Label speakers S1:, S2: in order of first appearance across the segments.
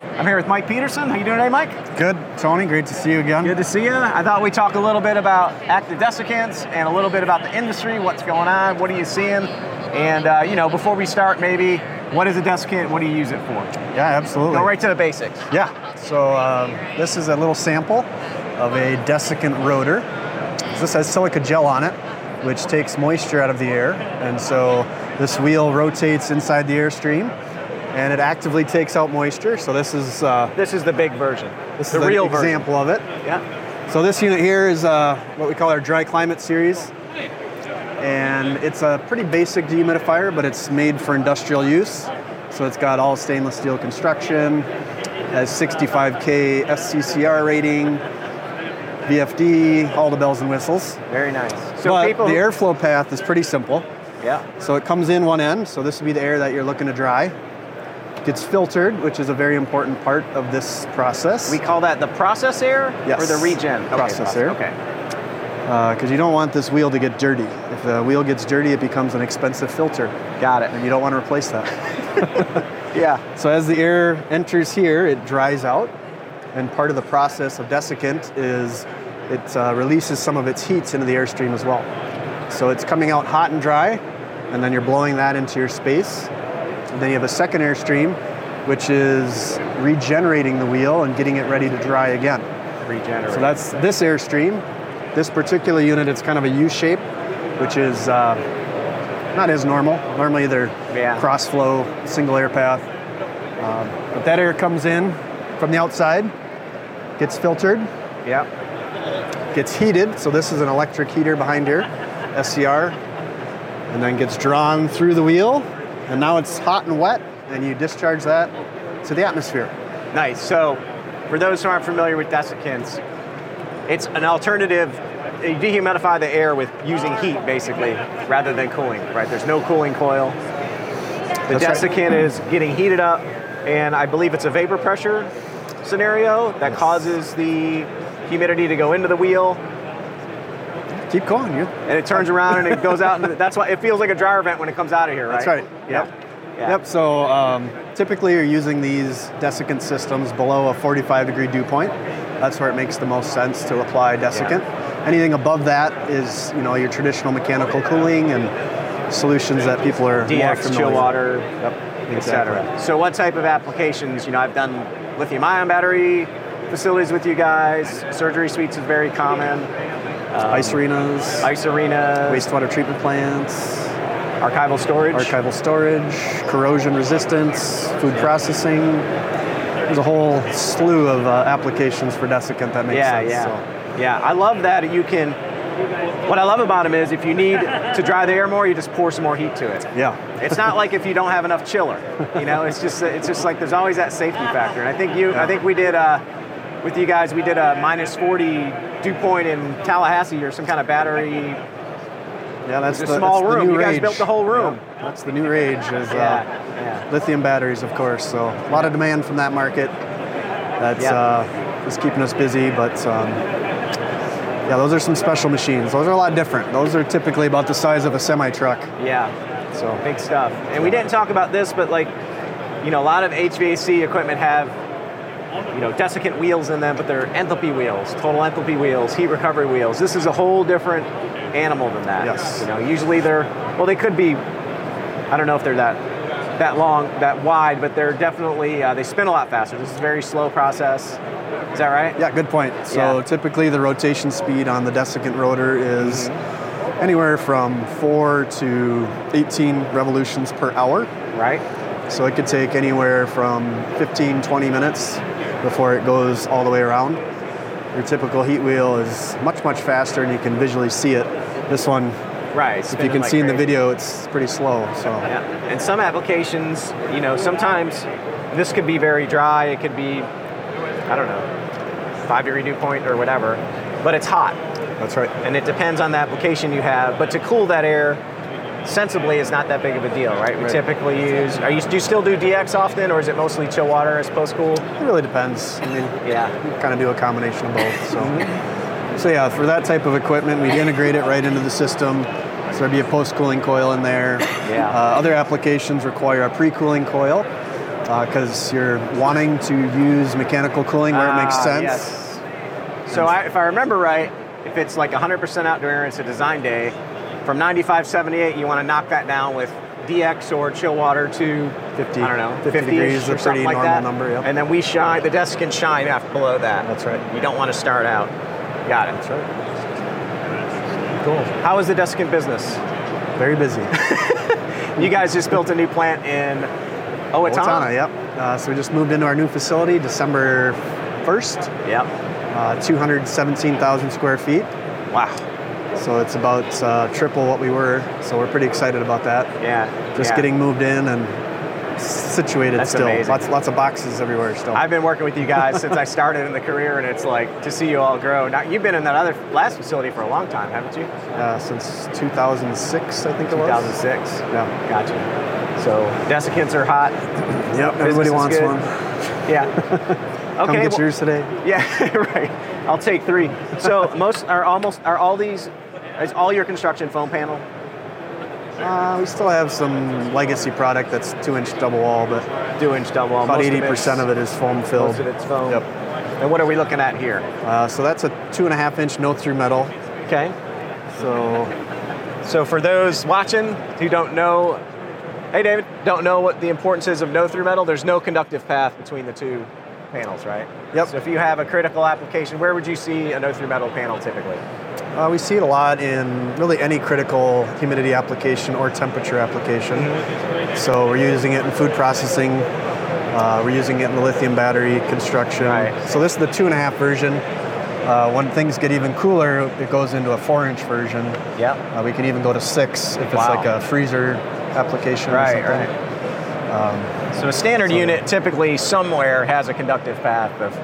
S1: I'm here with Mike Peterson. How you doing today, Mike?
S2: Good, Tony. Great to see you again.
S1: Good to see you. I thought we'd talk a little bit about active desiccants and a little bit about the industry, what's going on, what are you seeing, and uh, you know, before we start, maybe what is a desiccant? What do you use it for?
S2: Yeah, absolutely.
S1: Go right to the basics.
S2: Yeah. So um, this is a little sample of a desiccant rotor. This has silica gel on it, which takes moisture out of the air, and so this wheel rotates inside the airstream, and it actively takes out moisture. So this is uh,
S1: This is the big version.
S2: this
S1: the
S2: is an
S1: real
S2: example of it.
S1: version. Yeah.
S2: So this unit here is uh, what we call our dry climate series. And it's a pretty basic dehumidifier, but it's made for industrial use. So it's got all stainless steel construction, has 65K SCCR rating, VFD, all the bells and whistles.
S1: Very nice.
S2: but the
S1: who-
S2: airflow path is pretty simple.
S1: Yeah.
S2: So it comes in one end, so this would be the air that you're looking to dry. Gets filtered, which is a very important part of this process.
S1: We call that the process air
S2: Yes.
S1: or the regen?
S2: Process air.
S1: Okay.
S2: because Uh, you don't want this wheel to get dirty. If the wheel gets dirty, it becomes an expensive filter,
S1: Got
S2: and
S1: it.
S2: you don't want to replace that.
S1: Yeah.
S2: so as the air enters here, it dries out, and part of the process of desiccant is it uh, releases some of its heat into the airstream as well. So it's coming out hot and dry, and then you're blowing that into your space. And then you have a second airstream, which is regenerating the wheel and getting it ready to dry again.
S1: Regenerate.
S2: So that's this airstream. This particular unit, it's kind of a U shape, which is uh, not as normal. Normally they're
S1: Yeah.
S2: cross flow, single air path. Um, but that air comes in from the outside, gets filtered,
S1: yeah.
S2: gets heated. So this is an electric heater behind here, SCR, and then gets drawn through the wheel. And now it's hot and wet, and you discharge that to the atmosphere.
S1: Nice. So, for those who aren't familiar with desiccants, it's an alternative. You dehumidify the air with using heat, basically, rather than cooling. Right? There's no cooling coil. The
S2: That's right.
S1: desiccant is getting heated up, and I believe it's a vapor pressure scenario that causes the humidity to go into the wheel,
S2: Keep going, you.
S1: and it turns around and it goes out. Into the, that's why it feels like a dryer vent when it comes out of here. Right?
S2: That's right.
S1: Yeah.
S2: Yep.
S1: Yeah.
S2: Yep. So um, typically, you're using these desiccant systems below a 45 degree dew point. That's where it makes the most sense to apply desiccant. Anything above that is, you know, your traditional mechanical cooling and solutions that people are more
S1: DX,
S2: familiar
S1: chill
S2: with.
S1: water,
S2: Yep.
S1: et cetera. So what type of applications, you know, I've done lithium ion battery facilities with you guys, surgery suites is very common,
S2: Ice arenas,
S1: ice arena,
S2: wastewater treatment plants,
S1: archival storage.
S2: archival storage, corrosion resistance, food processing. There's a whole slew of uh, applications for desiccant that makes
S1: yeah,
S2: sense.
S1: yeah.
S2: so.
S1: Yeah, I love that you can, what I love about them is if you need to dry the air more, you just pour some more heat to it.
S2: Yeah.
S1: It's not like if you don't have enough chiller, you know. It's just it's just like there's always that safety factor, and I think you I think we did uh, with you guys we did a minus 40 dew point in Tallahassee or some kind of battery.
S2: Yeah, that's
S1: It's a
S2: the
S1: small
S2: that's the
S1: room.
S2: new
S1: You guys
S2: rage.
S1: built the whole room.
S2: Yeah, that's the new rage. Is uh,
S1: Yeah,
S2: lithium batteries, of course. So a lot of demand from that market. That's
S1: Yeah.
S2: uh, is keeping us busy, but. Um, yeah, those are some special machines. Those are a lot different. Those are typically about the size of a semi truck.
S1: yeah, yeah.
S2: So
S1: Big stuff. And we didn't talk about this, but like you know a lot of HVAC equipment have you know desiccant wheels in them, but they're enthalpy wheels, total enthalpy wheels, heat recovery wheels. This is a whole different animal than that.
S2: Yes.
S1: You know, usually they're well, they could be. I don't know if they're that that long, that wide, but they're definitely uh, they spin a lot faster. This is a very slow process. Is that right?
S2: yeah, good point. So
S1: Yeah.
S2: typically the rotation speed on the desiccant rotor is
S1: Mm-hmm.
S2: anywhere from four to 18 revolutions per hour.
S1: Right.
S2: So it could take anywhere from 15, 20 minutes before it goes all the way around. Your typical heat wheel is much, much faster and you can visually see it. This one,
S1: Right.
S2: if you can see in the video, it's pretty slow. So
S1: Yeah. And some applications, you know, sometimes this could be very dry. It could be, I don't know, five degree dew point or whatever, but it's hot,
S2: that's right.
S1: and it depends on the application you have. But to cool that air sensibly is not that big of a deal, right? We
S2: Right.
S1: typically use. Are you do you still do DX often, or is it mostly chill water as post cool?
S2: It really depends. I mean,
S1: Yeah.
S2: kind of do a combination of both. So, so yeah, for that type of equipment, we integrate it right into the system. So there'd be a post cooling coil in there.
S1: Yeah.
S2: Uh, other applications require a pre cooling coil. because you're wanting to use mechanical cooling where it makes
S1: Ah,
S2: sense.
S1: Yes. So I, if I remember right, if it's like 100% outdoor air, it's a design day. From 95.78, you want to knock that down with DX or chill water to
S2: 50
S1: I don't know,
S2: 50
S1: 50
S2: degrees is a
S1: or
S2: pretty
S1: something like
S2: normal
S1: that.
S2: number, yep.
S1: And then we shine. The desk can shine after below that.
S2: That's right.
S1: You don't want to start out. Got it.
S2: That's right. Cool.
S1: How is the desk in business?
S2: Very busy.
S1: You guys just built a new plant in
S2: Watana,
S1: Owatonna.
S2: yep. Uh, so we just moved into our new facility December 1st,
S1: Yep.
S2: uh, 217,000 square feet.
S1: Wow.
S2: So it's about uh, triple what we were. So we're pretty excited about that.
S1: Yeah.
S2: Just
S1: yeah.
S2: getting moved in and situated
S1: That's
S2: still.
S1: amazing.
S2: Lots lots of boxes everywhere still.
S1: I've been working with you guys since I started in the career, and it's like to see you all grow. Now you've been in that other last facility for a long time, haven't you?
S2: uh, since 2006, I think it was.
S1: 2006.
S2: Yeah.
S1: Gotcha. So desiccants are hot.
S2: Yep.
S1: Business
S2: Everybody
S1: is
S2: wants
S1: good.
S2: one.
S1: Yeah.
S2: Come
S1: okay.
S2: get
S1: well-
S2: yours today.
S1: yeah. right. I'll take three. So most are almost are all these is all your construction foam panel.
S2: Uh, we still have some legacy product that's two-inch double wall, but
S1: Two inch double. wall.
S2: about
S1: Most
S2: eighty percent of it is foam filled.
S1: Most of it's foam.
S2: Yep.
S1: And what are we looking at here?
S2: Uh, so that's a two and a half inch no through metal.
S1: Okay.
S2: So
S1: So for those watching who don't know, hey David, don't know what the importance is of no through metal, there's no conductive path between the two panels, right?
S2: Yep.
S1: So if you have a critical application, where would you see a no through metal panel typically?
S2: uh, we see it a lot in really any critical humidity application or temperature application. So we're using it in food processing. Uh, we're using it in the lithium battery construction.
S1: Right.
S2: So this is the two and a half version. Uh, when things get even cooler, it goes into a four inch version.
S1: Yep.
S2: Uh, we can even go to six if it's
S1: Wow.
S2: like a freezer application
S1: Right,
S2: or something. Um,
S1: right. so a standard unit typically somewhere has a conductive path of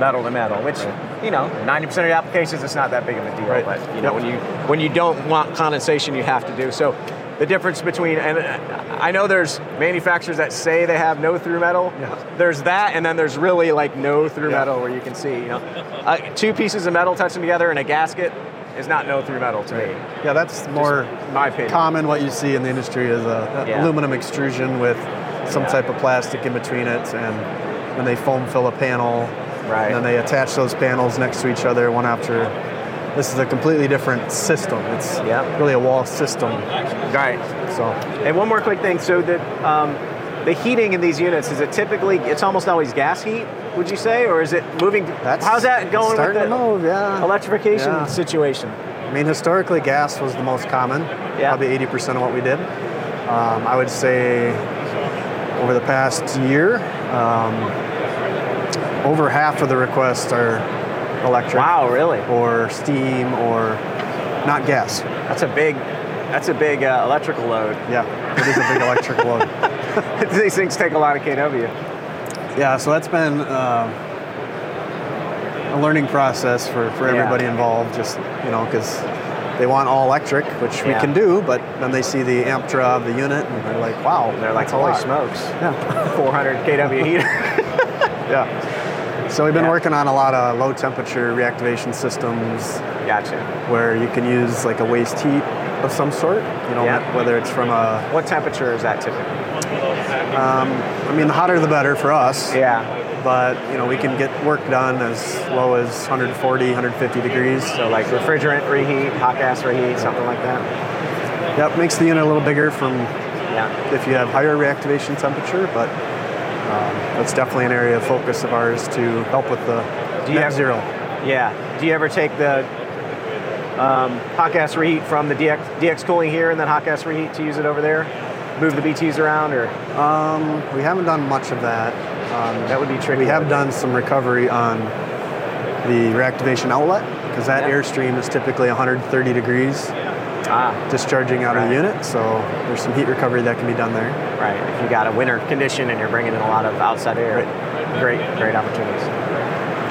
S1: metal to metal, which you know, 90% of the applications it's not that big of a deal.
S2: Right.
S1: But you know, when you when you don't want condensation, you have to do so. The difference between and uh, I know there's manufacturers that say they have no through metal.
S2: Yeah.
S1: There's that, and then there's really like no through
S2: Yeah.
S1: metal where you can see you know, uh, two pieces of metal touching together in a gasket is not no through metal to me.
S2: Yeah, that's more
S1: My opinion.
S2: common what you see in the industry is a
S1: Yeah.
S2: aluminum extrusion with some
S1: Yeah.
S2: type of plastic in between it and then they foam fill a panel.
S1: Right.
S2: And then they attach those panels next to each other one after this is a completely different system. It's
S1: Yep.
S2: really a wall system.
S1: right.
S2: So
S1: And one more quick thing. So the um, the heating in these units is it typically it's almost always gas heat? Would you say, or is it moving?
S2: that's
S1: how's that going with
S2: starting
S1: the
S2: to move, yeah.
S1: electrification
S2: Yeah.
S1: situation?
S2: I mean, historically, gas was the most common.
S1: Yeah.
S2: Probably 80% of what we did. Um, I would say over the past year, um, over half of the requests are electric
S1: Wow, really?
S2: or steam or not gas.
S1: That's a big that's a big uh, electrical load.
S2: Yeah, it is a big electric load.
S1: these things take a lot of kW.
S2: Yeah, so that's been um a learning process for, for
S1: Yeah.
S2: everybody involved, just, you know, because they want all electric, which we
S1: Yeah.
S2: can do, but then they see the amp draw of the unit and they're like, wow.
S1: And they're like,
S2: that's a
S1: holy
S2: lot."
S1: smokes,
S2: Yeah.
S1: 400 kW heater.
S2: yeah. So we've been
S1: Yeah.
S2: working on a lot of low temperature reactivation systems
S1: gotcha.
S2: where you can use like a waste heat of some sort, you know,
S1: Yeah.
S2: whether it's from a,
S1: What temperature is that typically?
S2: I mean, the hotter the better for us.
S1: Yeah.
S2: But, you know, we can get work done as low as 140, 150 degrees.
S1: So like refrigerant reheat, hot gas reheat, something like that.
S2: Yep, makes the unit a little bigger from
S1: Yeah.
S2: if you have higher reactivation temperature, but um, that's definitely an area of focus of ours to help with the
S1: Do you
S2: net
S1: have-
S2: zero.
S1: Yeah. Do you ever take the um, hot gas reheat from the DX, DX cooling here and then hot gas reheat to use it over there? Move the BTs around, or
S2: Um, we haven't done much of that. Um,
S1: that would be tricky.
S2: we have done some recovery on the reactivation outlet because that
S1: Yeah.
S2: airstream is typically 130 degrees
S1: Ah,
S2: discharging out of the
S1: Right.
S2: unit, so there's some heat recovery that can be done there.
S1: right. If you got a winter condition and you're bringing in a lot of outside air, great, great opportunities.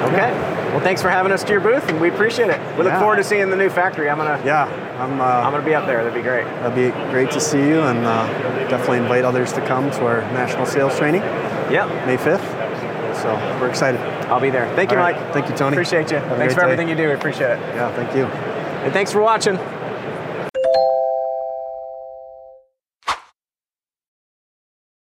S1: Okay. Well, thanks for having us to your booth, and we appreciate it. We look
S2: Yeah.
S1: forward to seeing the new factory. I'm gonna,
S2: Yeah, I'm. Uh,
S1: I'm gonna be up there. That'd be great.
S2: That'd be great to see you, and uh, definitely invite others to come to our national sales training.
S1: Yep.
S2: May 5th. So we're excited.
S1: I'll be there. Thank you,
S2: All right.
S1: Mike.
S2: Thank you, Tony.
S1: Appreciate you.
S2: Have a
S1: thanks
S2: great
S1: for
S2: day.
S1: everything you do. We appreciate it.
S2: Yeah, thank you.
S1: And thanks for watching.